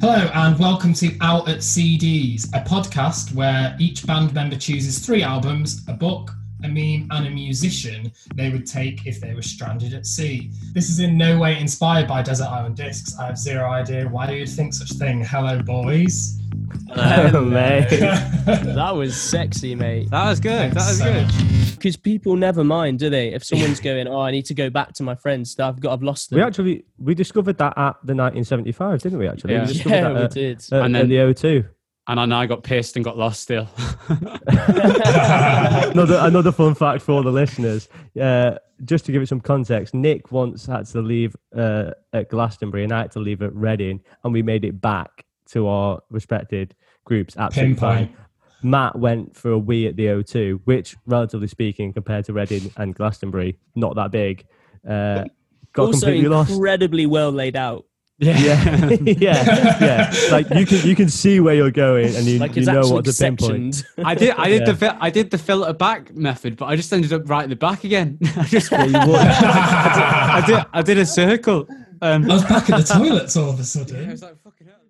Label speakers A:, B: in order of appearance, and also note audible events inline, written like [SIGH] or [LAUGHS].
A: Hello, and welcome to Out at CDs, a podcast where each band member chooses three albums, a book, a meme, and a musician they would take if they were stranded at sea. This is in no way inspired by Desert Island Discs. I have zero idea why you'd think such thing. Hello, boys.
B: [LAUGHS] Oh,
C: Hello, [LAUGHS] mate.
A: Thanks
C: Um, That was sexy, mate.
D: That was good. That
A: [LAUGHS]
D: was
A: so
D: good.
A: much.
C: Because people never mind, do they? If
B: [LAUGHS]
C: someone's going, oh, I need to go back to my friends, that I've got, I've lost them.
B: We actually we discovered that at the 1975, didn't we? Actually,
C: [LAUGHS]
D: Yeah.
B: we discovered
C: yeah,
B: that uh,
C: we
B: at,
C: did.
B: at-
D: And
B: at
D: then-
B: the O2.
D: And then I got pissed and got lost still. [LAUGHS]
B: another another fun fact for all the listeners. Uh, just to give it some context, Nick once had to leave uh, at Glastonbury, and I had to leave at Reading, and we made it back to our respected groups. Absolutely
A: Pinpoint.
B: fine. Matt went for a wee at the O2, which, relatively speaking, compared to Reading and Glastonbury, not that big. Uh, got
C: also
B: completely lost.
C: incredibly well laid out.
D: yeah.
B: yeah, [LAUGHS] yeah, yeah. Like you can you can see where you're going, and you,
C: Like
B: you
C: it's
B: know
C: actually
B: what to pinpoint.
C: sectioned.
D: [LAUGHS] I did. I did
B: Yeah.
D: the fil- I did the filter back method, but I just ended up right at the back again. [LAUGHS] I just
B: Yeah, you
C: [LAUGHS]
B: would.
D: I did. I did a circle. Um, [LAUGHS]
A: I was back at the toilets all of a sudden.
D: like, fucking hell.